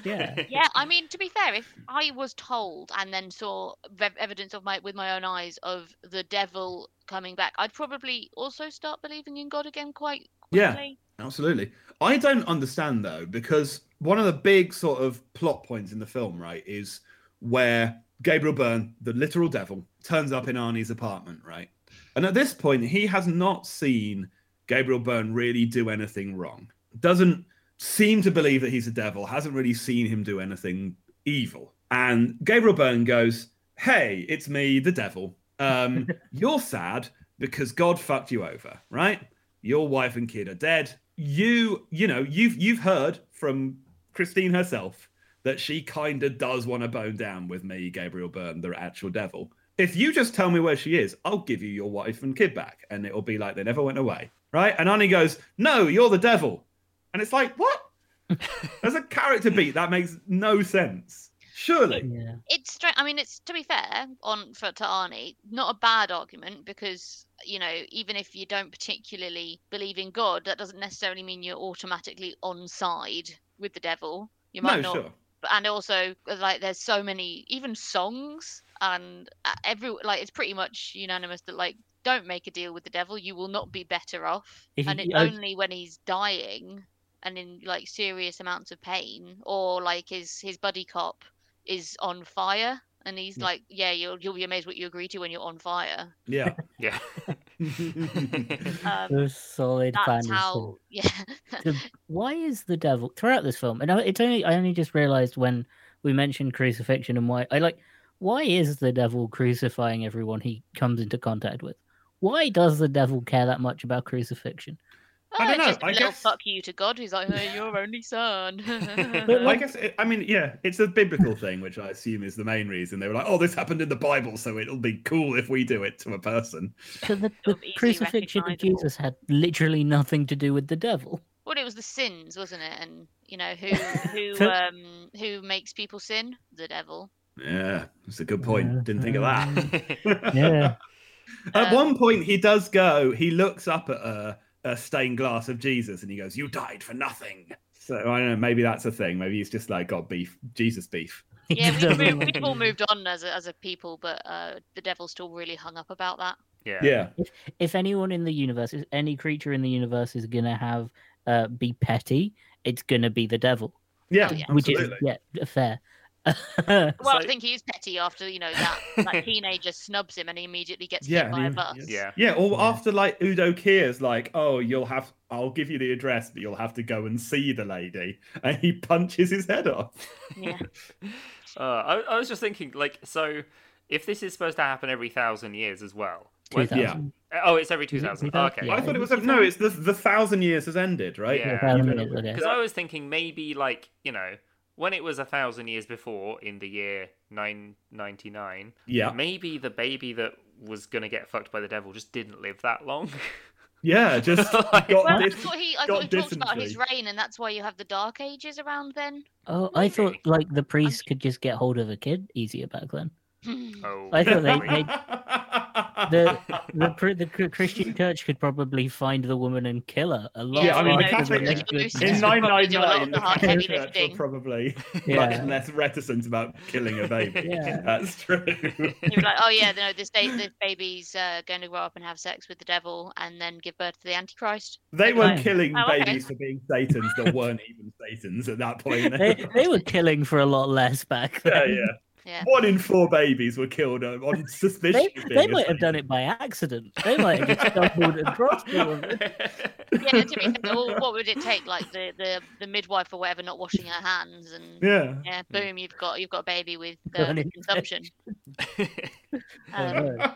Yeah. Yeah, I mean, to be fair, if I was told and then saw rev- evidence of my with my own eyes of the devil coming back, I'd probably also start believing in God again quite Yeah. quickly. Absolutely. I don't understand though, because one of the big sort of plot points in the film, right, is where Gabriel Byrne, the literal devil, turns up in Arnie's apartment, right? And at this point, he has not seen Gabriel Byrne really do anything wrong. Doesn't seem to believe that he's a devil, hasn't really seen him do anything evil. And Gabriel Byrne goes, Hey, it's me, the devil. Um, you're sad because God fucked you over, right? your wife and kid are dead. You, you know, you've you've heard from Christine herself that she kind of does want to bone down with me, Gabriel Byrne, the actual devil. If you just tell me where she is, I'll give you your wife and kid back, and it'll be like they never went away, right? And Arnie goes, "No, you're the devil," and it's like, what? As a character beat, that makes no sense. Surely, Yeah. It's strange. I mean, it's to be fair on for to Arnie, not a bad argument because you know even if you don't particularly believe in God, that doesn't necessarily mean you're automatically on side with the devil. You might no, not sure. But- and also uh, like there's so many even songs and uh, every like it's pretty much unanimous that like don't make a deal with the devil you will not be better off If and you- it's I- only when he's dying and in like serious amounts of pain or like his his buddy cop is on fire and he's Yeah. like yeah you'll you'll be amazed what you agree to when you're on fire Yeah. yeah. um, The solid fan. that's how yeah Why is the devil throughout this film? And I- it's only I only just realized when we mentioned crucifixion and why I like why is the devil crucifying everyone he comes into contact with? Why does the devil care that much about crucifixion? I Oh, don't know, just a I little guess- fuck you to god who's like "Oh, your only son I guess it, I mean yeah, it's a biblical thing, which I assume is the main reason they were like, "Oh, this happened in the Bible, so it'll be cool if we do it to a person." So the, Sort the of easily crucifixion of recognisable. Jesus had literally nothing to do with the devil. well it was the sins wasn't it and you know who who So- um who makes people sin the devil Yeah, that's a good point. Didn't think of uh, that. Yeah. At Um, one point, he does go. He looks up at a, a stained glass of Jesus, and he goes, "You died for nothing." So I don't know. Maybe that's a thing. Maybe he's just like got beef, Jesus beef. yeah It we've, doesn't moved, work. we've all moved on as a, as a people but uh the devil's still really hung up about that yeah. Yeah, if anyone in the universe, if any creature in the universe is gonna have uh, be petty, it's gonna be the devil, yeah, Oh, yeah. which is absolutely. yeah fair. yeah, well i So- think he is petty after you know that that teenager snubs him and he immediately gets hit Yeah, and by a he- bus Yeah. Yeah, or Yeah. after like Udo Kier's like, oh, you'll have, I'll give you the address, but you'll have to go and see the lady, and he punches his head off. yeah Uh, I, I was just thinking, like, so if this is supposed to happen every thousand years as well. when- yeah. Oh, it's every two it thousand. 2000? Okay. Yeah. I thought it was a, no. It's the the thousand years has ended, right? Yeah. Because I was thinking maybe like you know when it was a thousand years before in the year nine ninety nine, Yeah, maybe the baby that was gonna get fucked by the devil just didn't live that long. yeah. Just Like- got well, I this. thought he, I got thought he talked about his dysentery. reign, and that's why you have the Dark Ages around then. Oh, I thought Maybe. like the priest could just get hold of a kid easier back then. oh, I thought they- probably. they- The the, pr- the cr- Christian church could probably find the woman and kill her a lot. Yeah, I mean, faster the Catholic- than they could- in in Yeah. nine Probably nine do a lot of nine, the the hard Catholic heavy Church were lifting. probably much yeah. less reticent about killing a baby. Yeah. That's true. He was like, "Oh yeah, no, this, day, this baby's uh, going to grow up and have sex with the devil, and then give birth to the Antichrist." They were Right. killing Oh, okay. babies for being satans that weren't even satans at that point. They, they were killing for a lot less back yeah, then. yeah. Yeah. One in four babies were killed uh, on suspicion. They, of being they a might have baby. done it by accident. They might have just stumbled and crossed all of it. Yeah, to be fair, what what would it take? Like the, the, the midwife or whatever not washing her hands and yeah, Yeah. boom, you've got you've got a baby with Got uh, an consumption. I Um, know.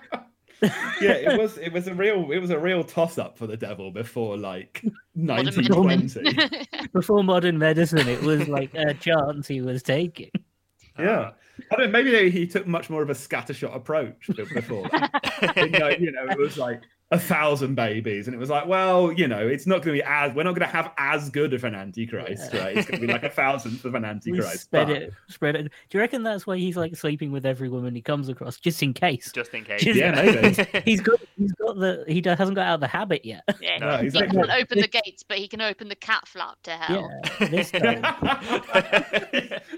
yeah, it was it was a real it was a real toss up for the devil before like modern 1920. medicine. Before modern medicine, it was like a chance he was taking. yeah, I don't. Maybe they- he took much more of a scattershot approach b- before. that. you, know, you know, it was like a thousand babies, and it was like, well, you know, it's not going to be as we're not going to have as good of an antichrist, Yeah. right? It's going to be like a thousandth of an We antichrist. spread but- it, spread it. Do you reckon that's why he's like sleeping with every woman he comes across, just in case? Just in case. Yeah, maybe. He's got, he's got the, he do- hasn't got out of the habit yet. yeah. No, He exactly. can't open the gates, but he can open the cat flap to hell. Yeah, this time.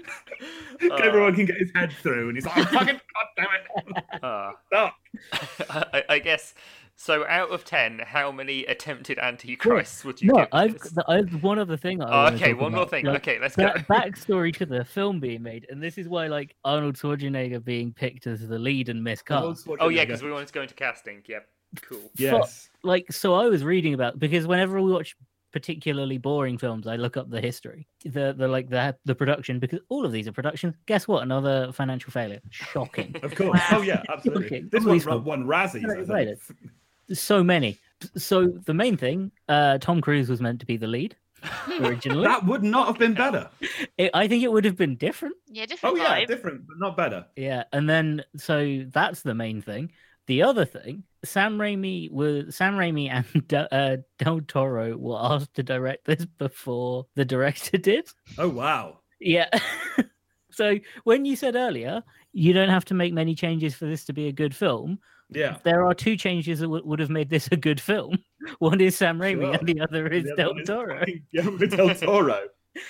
Everyone can get his head through, and he's like, oh, "Fucking goddamn it!" Uh, Stop. I, I guess. So, out of ten, how many attempted antichrists would you No, give? I've, this? th- I've one other thing. I Oh, wanna okay, talk one more about. thing. Like, okay, let's go. that backstory to the film being made, and this is why like Arnold Schwarzenegger being picked as the lead and miscast. Oh yeah, because we wanted to go into casting. Yep. Cool. yes, Like, so I was reading about because whenever we watch particularly boring films, I look up the history, the the like the the production because all of these are productions. Guess what? Another financial failure. Shocking. of course. Wow. Oh yeah, absolutely. Okay, This all one these won, ones. won Razzies. Yeah, I think. right. so many. So the main thing, uh, Tom Cruise was meant to be the lead originally. That would not have been better. It- I think it would have been different. Yeah, Oh different yeah, vibe. different, but not better. Yeah, and then so that's the main thing. The other thing, Sam Raimi was Sam Raimi and Del- uh, Del Toro were asked to direct this before the director did. Oh wow. Yeah. so when you said earlier you don't have to make many changes for this to be a good film, Yeah. there are two changes that would would have made this a good film. One is Sam Raimi, Sure. and the other is The other Del one is Toro. fucking- Yeah, with Del Toro.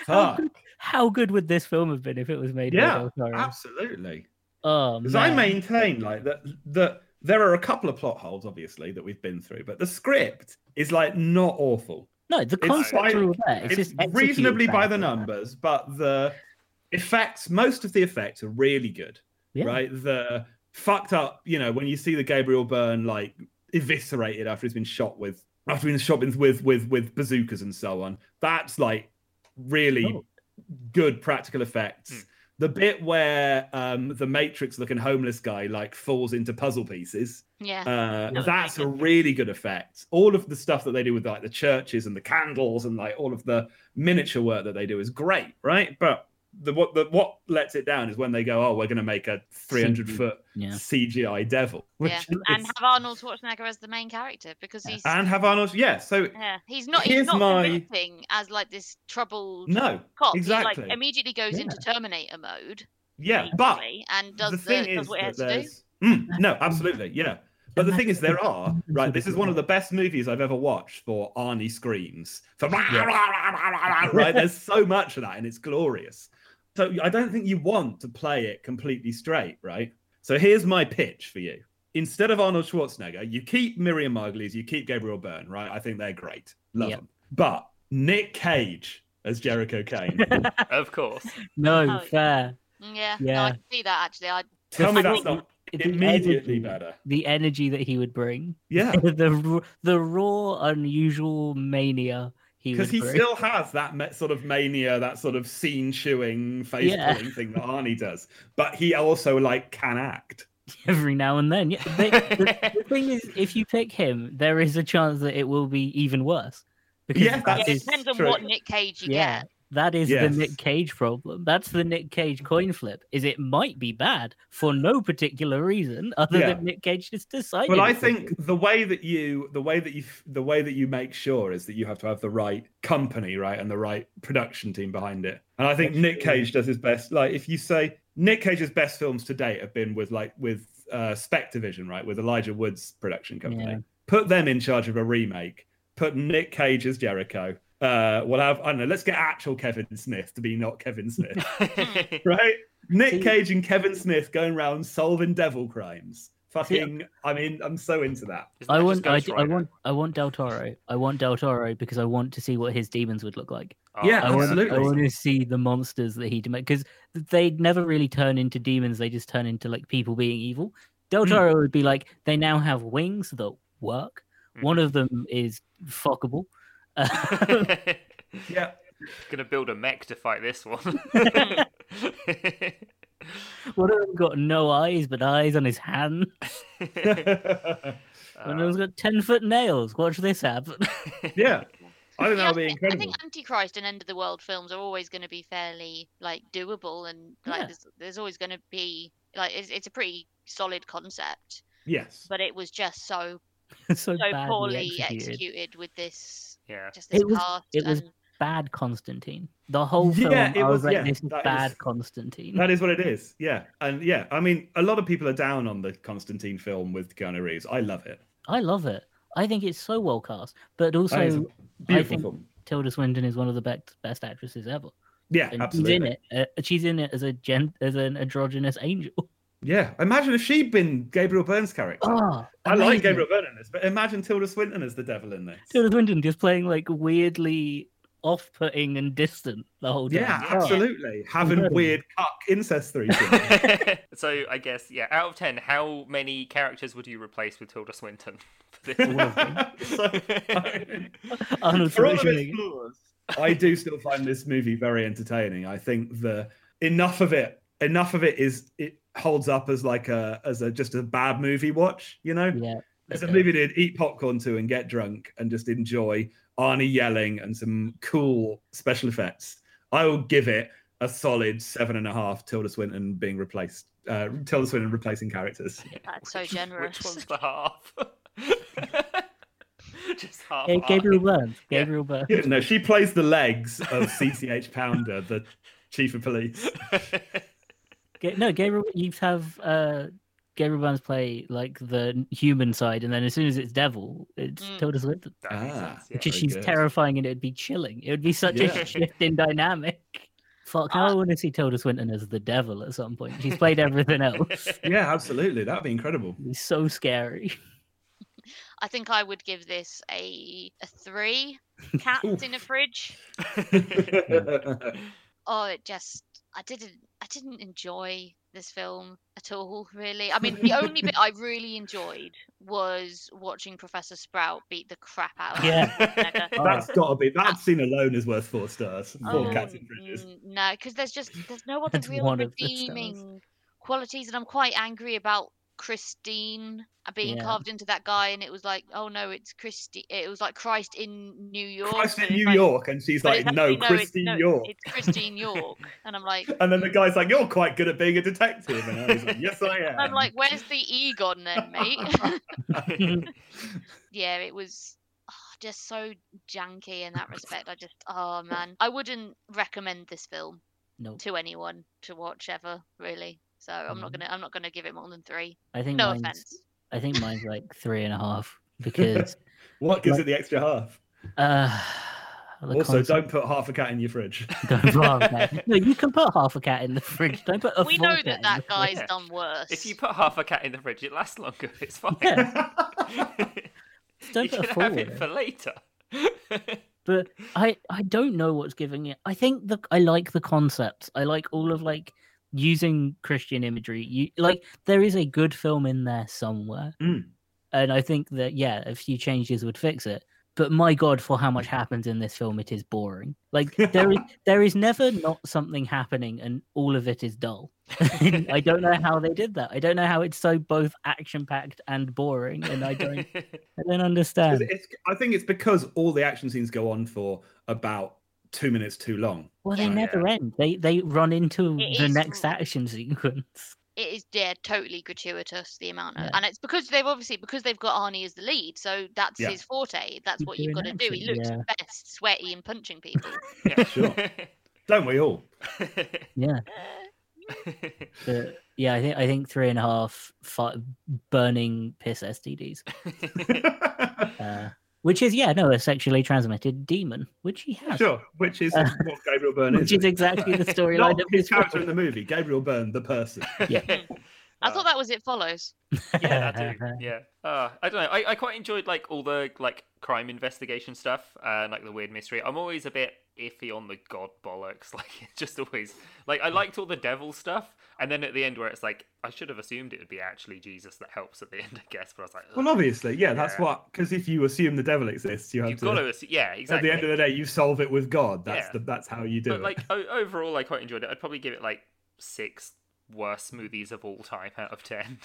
How Fuck, good, how good would this film have been if it was made Yeah, by Del Toro? absolutely. oh, Because I man. maintain like that that there are a couple of plot holes, obviously, that we've been through, but the script is like not awful. no, the it's concept like- are all there. It's, It's, just executed reasonably by badly. the numbers, but the effects, most of the effects are really good. Yeah. Right? The fucked up, you know, when you see the Gabriel Byrne like eviscerated after he's been shot with after being shot with with with, with bazookas and so on, that's like really Oh. good practical effects. Hmm. The bit where um, the Matrix looking homeless guy like falls into puzzle pieces Yeah. uh, Yeah. that's a really good effect. All of the stuff that they do with like the churches and the candles and like all of the miniature work that they do is great, right? But the what the what lets it down is when they go, oh, we're going to make a 300 CGI. foot Yeah. CGI devil, which yeah. is- And have Arnold Schwarzenegger as the main character because he's and have Arnold. Yeah, so yeah, he's not here's he's not my- convincing as like this troubled no, cop. He exactly. like immediately goes into Terminator mode. yeah, but basically, and does the the, thing does is what it has that to do. there's Mm, no, absolutely, yeah. But And the thing that's is, there are the- right. This is one of the best movies I've ever watched for Arnie screams. For right, there's so much of that, and it's glorious. So I don't think you want to play it completely straight, right? So here's my pitch for you. Instead of Arnold Schwarzenegger, you keep Miriam Margolyes, you keep Gabriel Byrne, right? I think they're great, love Yep. them. But Nick Cage as Jericho Kane. Of course. No, Oh, yeah. fair. Mm, Yeah, no, Yeah. I can see that actually. I Tell me I that's think not The immediately energy- better. The energy that he would bring, Yeah. the r- the raw, unusual mania he would because he bring. still has that ma- sort of mania, that sort of scene chewing, face Yeah. pulling thing that Arnie does. But he also like can act. every now and then. Yeah, they- the, the thing is, if you pick him, there is a chance that it will be even worse. Yeah, that yeah, that's it is- depends on true. what Nick Cage you yeah, get. that is Yes. the Nick Cage problem. That's the Nick Cage coin flip. Is it might be bad for no particular reason other Yeah. than Nick Cage just decided. But I it would think be. the way that you, the way that you, f- the way that you make sure is that you have to have the right company, right, and the right production team behind it. And I think Nick Cage does his best. Like if you say Nick Cage's best films to date have been with like with uh, Spectavision, right, with Elijah Wood's production company. Yeah. Put them in charge of a remake. Put Nick Cage as Jericho. Uh, we'll have I don't know. Let's get actual Kevin Smith to be not Kevin Smith. Hmm. right? Nick See- Cage and Kevin Smith going around solving devil crimes. Fucking, I mean, I'm so into that. I want, I, d- I want, I want Del Toro. I want Del Toro because I want to see what his demons would look like. Yeah, I want, absolutely. I want to see the monsters that he made because they never really turn into demons. They just turn into like people being evil. Del Hmm. Toro would be like, they now have wings that work. Hmm. One of them is fuckable. Um, Yeah. Gonna build a mech to fight this one. one of them got no eyes but eyes on his hand. Oh. One Uh, of them's got ten foot nails. Watch this happen. yeah. I Yeah, think that I, would be think, I incredible. think Antichrist and End of the World films are always going to be fairly like doable, and like Yeah. there's, there's always going to be like it's, it's a pretty solid concept, Yes. but it was just so so so badly poorly executed. executed. with this yeah. just this It was- cast. it was- and Bad Constantine. The whole film, Yeah, it I was was- like, yeah, this is that is- bad Constantine. That is what it is. Yeah. And yeah, I mean, a lot of people are down on the Constantine film with Keanu Reeves. I love it. I love it. I think it's so well cast, but I think it's a also beautiful think- film. Tilda Swinton is one of the best best actresses ever. Yeah, And absolutely. She's in it. Uh, she's in it as a gen as an androgynous angel. Yeah. Imagine if she'd been Gabriel Byrne's character. Oh, Ah, I like amazing. Gabriel Byrne in this, but imagine Tilda Swinton as the devil in this. Tilda Swinton just playing like weirdly off-putting and distant the whole time. yeah, Oh, absolutely. Having Incredible. weird cuck incest threesome. so I guess yeah. Out of ten, how many characters would you replace with Tilda Swinton? For All of this? them. So- Arnold For all of its Schwarzenegger. flaws, I do still find this movie very entertaining. I think the enough of it, enough of it is it holds up as like a as a just a bad movie watch. You know, Yeah, it's a okay. movie to eat popcorn to and get drunk and just enjoy Arnie yelling and some cool special effects. I will give it a solid seven and a half. Tilda Swinton being replaced. Uh, Tilda Swinton replacing characters. that's so Which- generous. Which one's the half? Just half. Yeah, Gabriel eyes. Byrne. Yeah. Gabriel Byrne. no, she plays the legs of CCH Pounder, the chief of police. Ga- no, Gabriel. You have uh, Gabriel Byrne's play like the human side, and then as soon as it's devil, it's Mm. Tilda Swinton. That makes Ah. sense, because very she's good. terrifying and it'd be chilling. It would be such Yeah. a shift in dynamic. Fuck, now I Ah. want to see Tilda Swinton as the devil at some point. She's played everything else. yeah. Yeah, absolutely. That'd be incredible. It's so scary. I think I would give this a a three. Cats in a fridge. Oh, it just I didn't I didn't enjoy this film at all. Really, I mean, the only bit I really enjoyed was watching Professor Sprout beat the crap out. of Yeah. Schwarzenegger. That's got to be that scene alone is worth four stars. Four Oh, cats in fridges. n- no, because there's just there's no other That's real one of the stars. redeeming qualities, and I'm quite angry about Christine uh, being Yeah. carved into that guy, and it was like, oh no, it's Christi. It was like Christ in New York. Christ but in it's New like- York, and she's but like, it's no, actually, it's- Christine no, York. It's Christine York, and I'm like, And then the guy's like, you're quite good at being a detective. And I was like, yes, I am. I'm like, where's the Egon then, mate? yeah, it was ah, just so janky in that respect. I just, oh man, I wouldn't recommend this film No, to anyone to watch ever, really. So I'm not Mhm. gonna, I'm not gonna give it more than three. I think No mine's, offense. I think mine's like three and a half because what gives it the extra half? uh, the Also, concept- don't put half a cat in your fridge. don't put half a cat. No, you can put half a cat in the fridge. Don't put a We full know cat in the that that guy's fridge. done worse. If you put half a cat in the fridge, it lasts longer. It's fine. Yeah. fridge. you Don't put can a full have one it in. for later. but I I don't know what's giving it. I think the I like the concepts. I like all of like using Christian imagery. You like there is a good film in there somewhere, Mm. and I think that yeah, a few changes would fix it. But my god, for how much happens in this film, it is boring. Like there is there is never not something happening, and all of it is dull. I don't know how they did that. I don't know how it's so both action packed and boring, and I don't I don't 'Cause understand. it's, I think it's because all the action scenes go on for about two minutes too long. Well, they Yeah. never end. They they run into It the is next r- action sequence. it is yeah, totally gratuitous the amount of, Yeah. and it's because they've obviously because they've got Arnie as the lead, so that's Yeah. his forte. That's He's what you've got doing to do. He action, looks yeah. best sweaty and punching people. Yeah. Sure. Don't we all? Uh, But yeah, I think I think three and a half fi- burning piss STDs, uh, which is yeah no a sexually transmitted demon, which he has, sure. Which is Uh, what Gabriel Byrne which is. is exactly the Not storyline of his this character in film. the movie, Gabriel Byrne, the person. Yeah. I thought that was It Follows. yeah, that too. Yeah. Uh, I don't know. I, I quite enjoyed like all the like crime investigation stuff uh, and like the weird mystery. I'm always a bit iffy on the god bollocks. Like it's just always like I liked all the devil stuff, and then at the end where it's like I should have assumed it would be actually Jesus that helps at the end, I guess. But I was like, Well, ugh. obviously, yeah, that's Yeah. what. Because if you assume the devil exists, you have you've to. got to. assu- Yeah, exactly. At the end of the day, you solve it with God. That's Yeah. the, that's how you do but it. like o- overall, I quite enjoyed it. I'd probably give it like six worst smoothies of all time out of ten.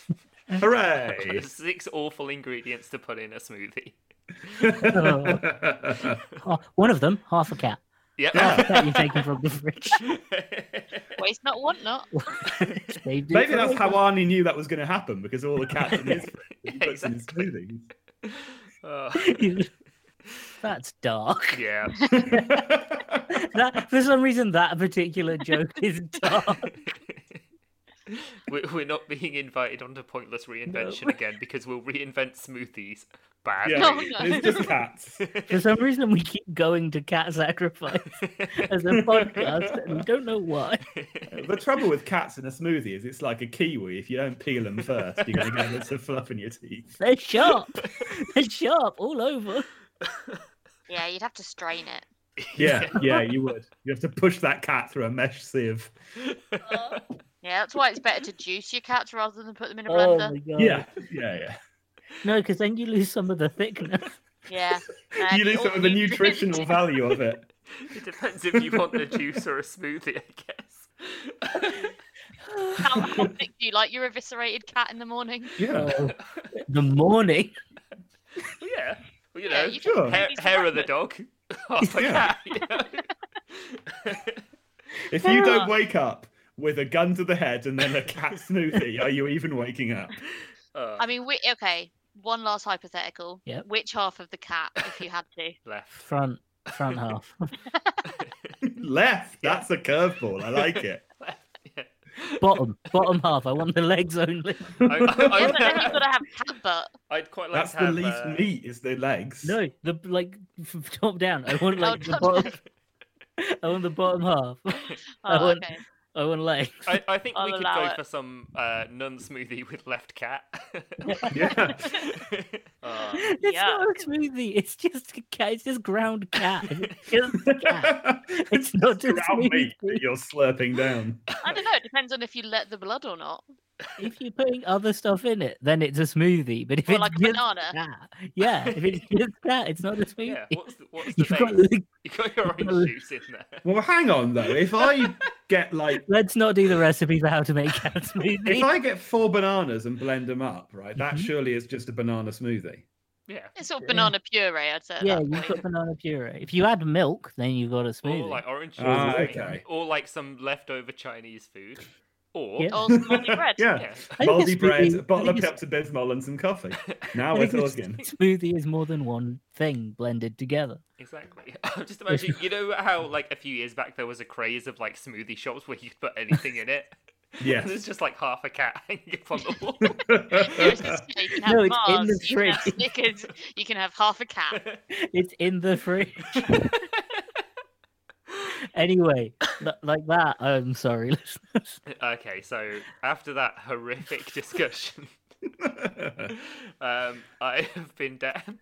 Hooray! six awful ingredients to put in a smoothie. Oh, one of them, half a cat. Yep. Half a cat you've taken from the fridge. Waste not, want not. Saved it Maybe for that's later. how Arnie knew that was going to happen because all the cats in his fridge he Yeah, puts in his exactly. smoothies. Oh. That's dark. Yeah. That for some reason that particular joke is dark. We- We're not being invited onto pointless reinvention again because we'll reinvent smoothies badly. yeah, No, no. it's just cats. For some reason we keep going to cat sacrifice as a podcast and we don't know why. The trouble with cats in a smoothie is it's like a kiwi. If you don't peel them first, you're going to get bits of fluff in your teeth. They're sharp. They're sharp all over. Yeah, you'd have to strain it. Yeah, yeah, you would. You have to push that cat through a mesh sieve. Yeah, that's why it's better to juice your cats rather than put them in a Oh blender. my god. Yeah, yeah, No, because then you lose some of the thickness. Yeah. yeah. and You lose all some of the nutrients. nutritional value of it. It depends if you want a juice or a smoothie, I guess. How, how thick do you like your eviscerated cat in the morning? Yeah. Oh, the morning. yeah. Well, you know, Yeah, you sure. just hair, use the hair of the magnet. dog, half a Oh. Yeah. cat. You know? If you Ah. don't wake up with a gun to the head and then a cat smoothie, are you even waking up? Uh, I mean, we, okay, one last hypothetical. Yep. Which half of the cat, if you had to? left. Front front half. Left. That's a curveball. I like it. Yeah. Bottom. Bottom half. I want the legs only. I, I, Yeah, I'd, but then you've got to have cat butt. I'd quite like That's to the have. least uh, meat is the legs. No, the like f- top down. I want Oh, like the top bottom. I want the bottom half. I Oh, want- okay. I want legs. I, I think I'll we could allow go it. for some uh, nun smoothie with left cat. Yeah. Uh, It's not a smoothie. It's just a cat. It's just ground cat. It's just a cat. It's not a Ground meat smoothie. that you're slurping down. I don't know. It depends on if you let the blood or not. If you're putting other stuff in it, then it's a smoothie. But if Or it's like a just banana. cat, yeah, if it's just cat, it's not a smoothie. yeah, what's the, what's the You've got base? to- You got your got- orange juice in there. Well, hang on though. If I get like, Let's not do the recipe for how to make cat if smoothie. I get four bananas and blend them up, right, that Mhm. surely is just a banana smoothie. Yeah. It's sort of Yeah. banana puree, I'd say. at Yeah, that you've point. got banana puree. If you add milk, then you've got a Or smoothie. like orange juice. Ah, or something. okay. Or like some leftover Chinese food. Or. Yeah. Or some moldy bread. yeah. yeah. I think a Moldy bread, smoothie- a I bottle of think a s- Pepto Bismol, and some coffee. I Now we're think a s- talking. Smoothie is more than one thing blended together. Exactly. I'm just imagining, you know how like a few years back there was a craze of like smoothie shops where you could put anything in it? Yes. There's just like half a cat hanging up on the wall. There's this- you can have No, it's in Mars, the you can have fridge. Snickers, you can have half a cat. It's in the fridge. anyway, li- like that. I'm sorry. listeners. okay, so after that horrific discussion, um, I have been Dan,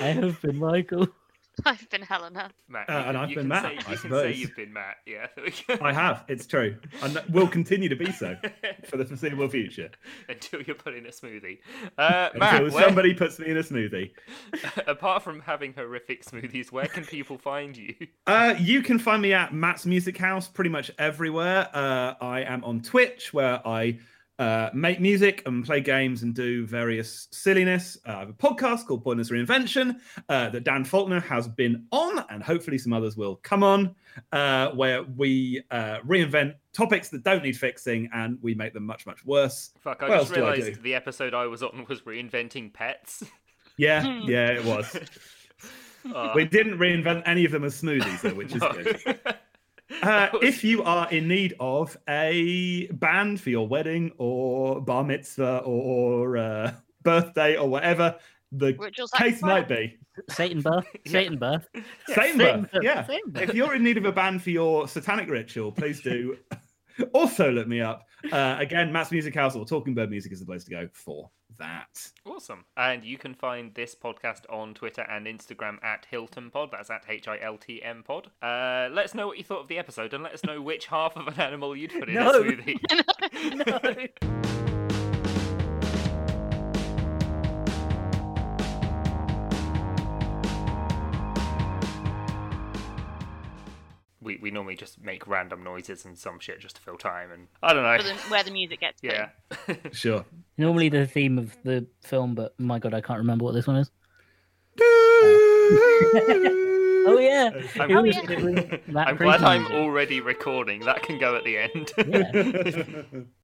I have been Michael. I've been Helena. Matt, Uh, you and can- I've you been can Matt, Say, I you can say suppose. you've been Matt. Yeah. there we go. I have. It's true, and will continue to be so for the foreseeable future Until you're put in a smoothie, uh, Matt. until where- somebody puts me in a smoothie. apart from having horrific smoothies, where can people find you? Uh, you can find me at Matt's Music House pretty much everywhere. Uh, I am on Twitch where I uh, make music and play games and do various silliness. Uh, I have a podcast called Pointless Reinvention uh, that Dan Faulkner has been on, and hopefully some others will come on, uh, where we uh, reinvent topics that don't need fixing and we make them much, much worse. Fuck, I What just else do I realised do? the episode I was on was reinventing pets. Yeah, Hmm. yeah, it was. Uh, We didn't reinvent any of them as smoothies, though, which is no. good. Uh, That was- if you are in need of a band for your wedding or bar mitzvah or, uh, birthday or whatever the Rituals case might be, Satan birth. Yeah. Satan birth. same Satan birth, yeah. Satan birth. If you're in need of a band for your satanic ritual, please do Also, look me up. Uh, again, Matt's Music House or Talking Bird Music is the place to go for that. Awesome. And you can find this podcast on Twitter and Instagram at Hilton Pod. That's at H I L T M Pod. Uh, let us know what you thought of the episode and let us know which half of an animal you'd put in No. a smoothie. No. We, we normally just make random noises and some shit just to fill time and I don't for the, know. where the music gets put in. Yeah. Sure. Normally the theme of the film, but my god, I can't remember what this one is. Oh yeah, I'm, It was- yeah. it was Matt I'm glad I'm Friedman. already recording. That can go at the end. Yeah.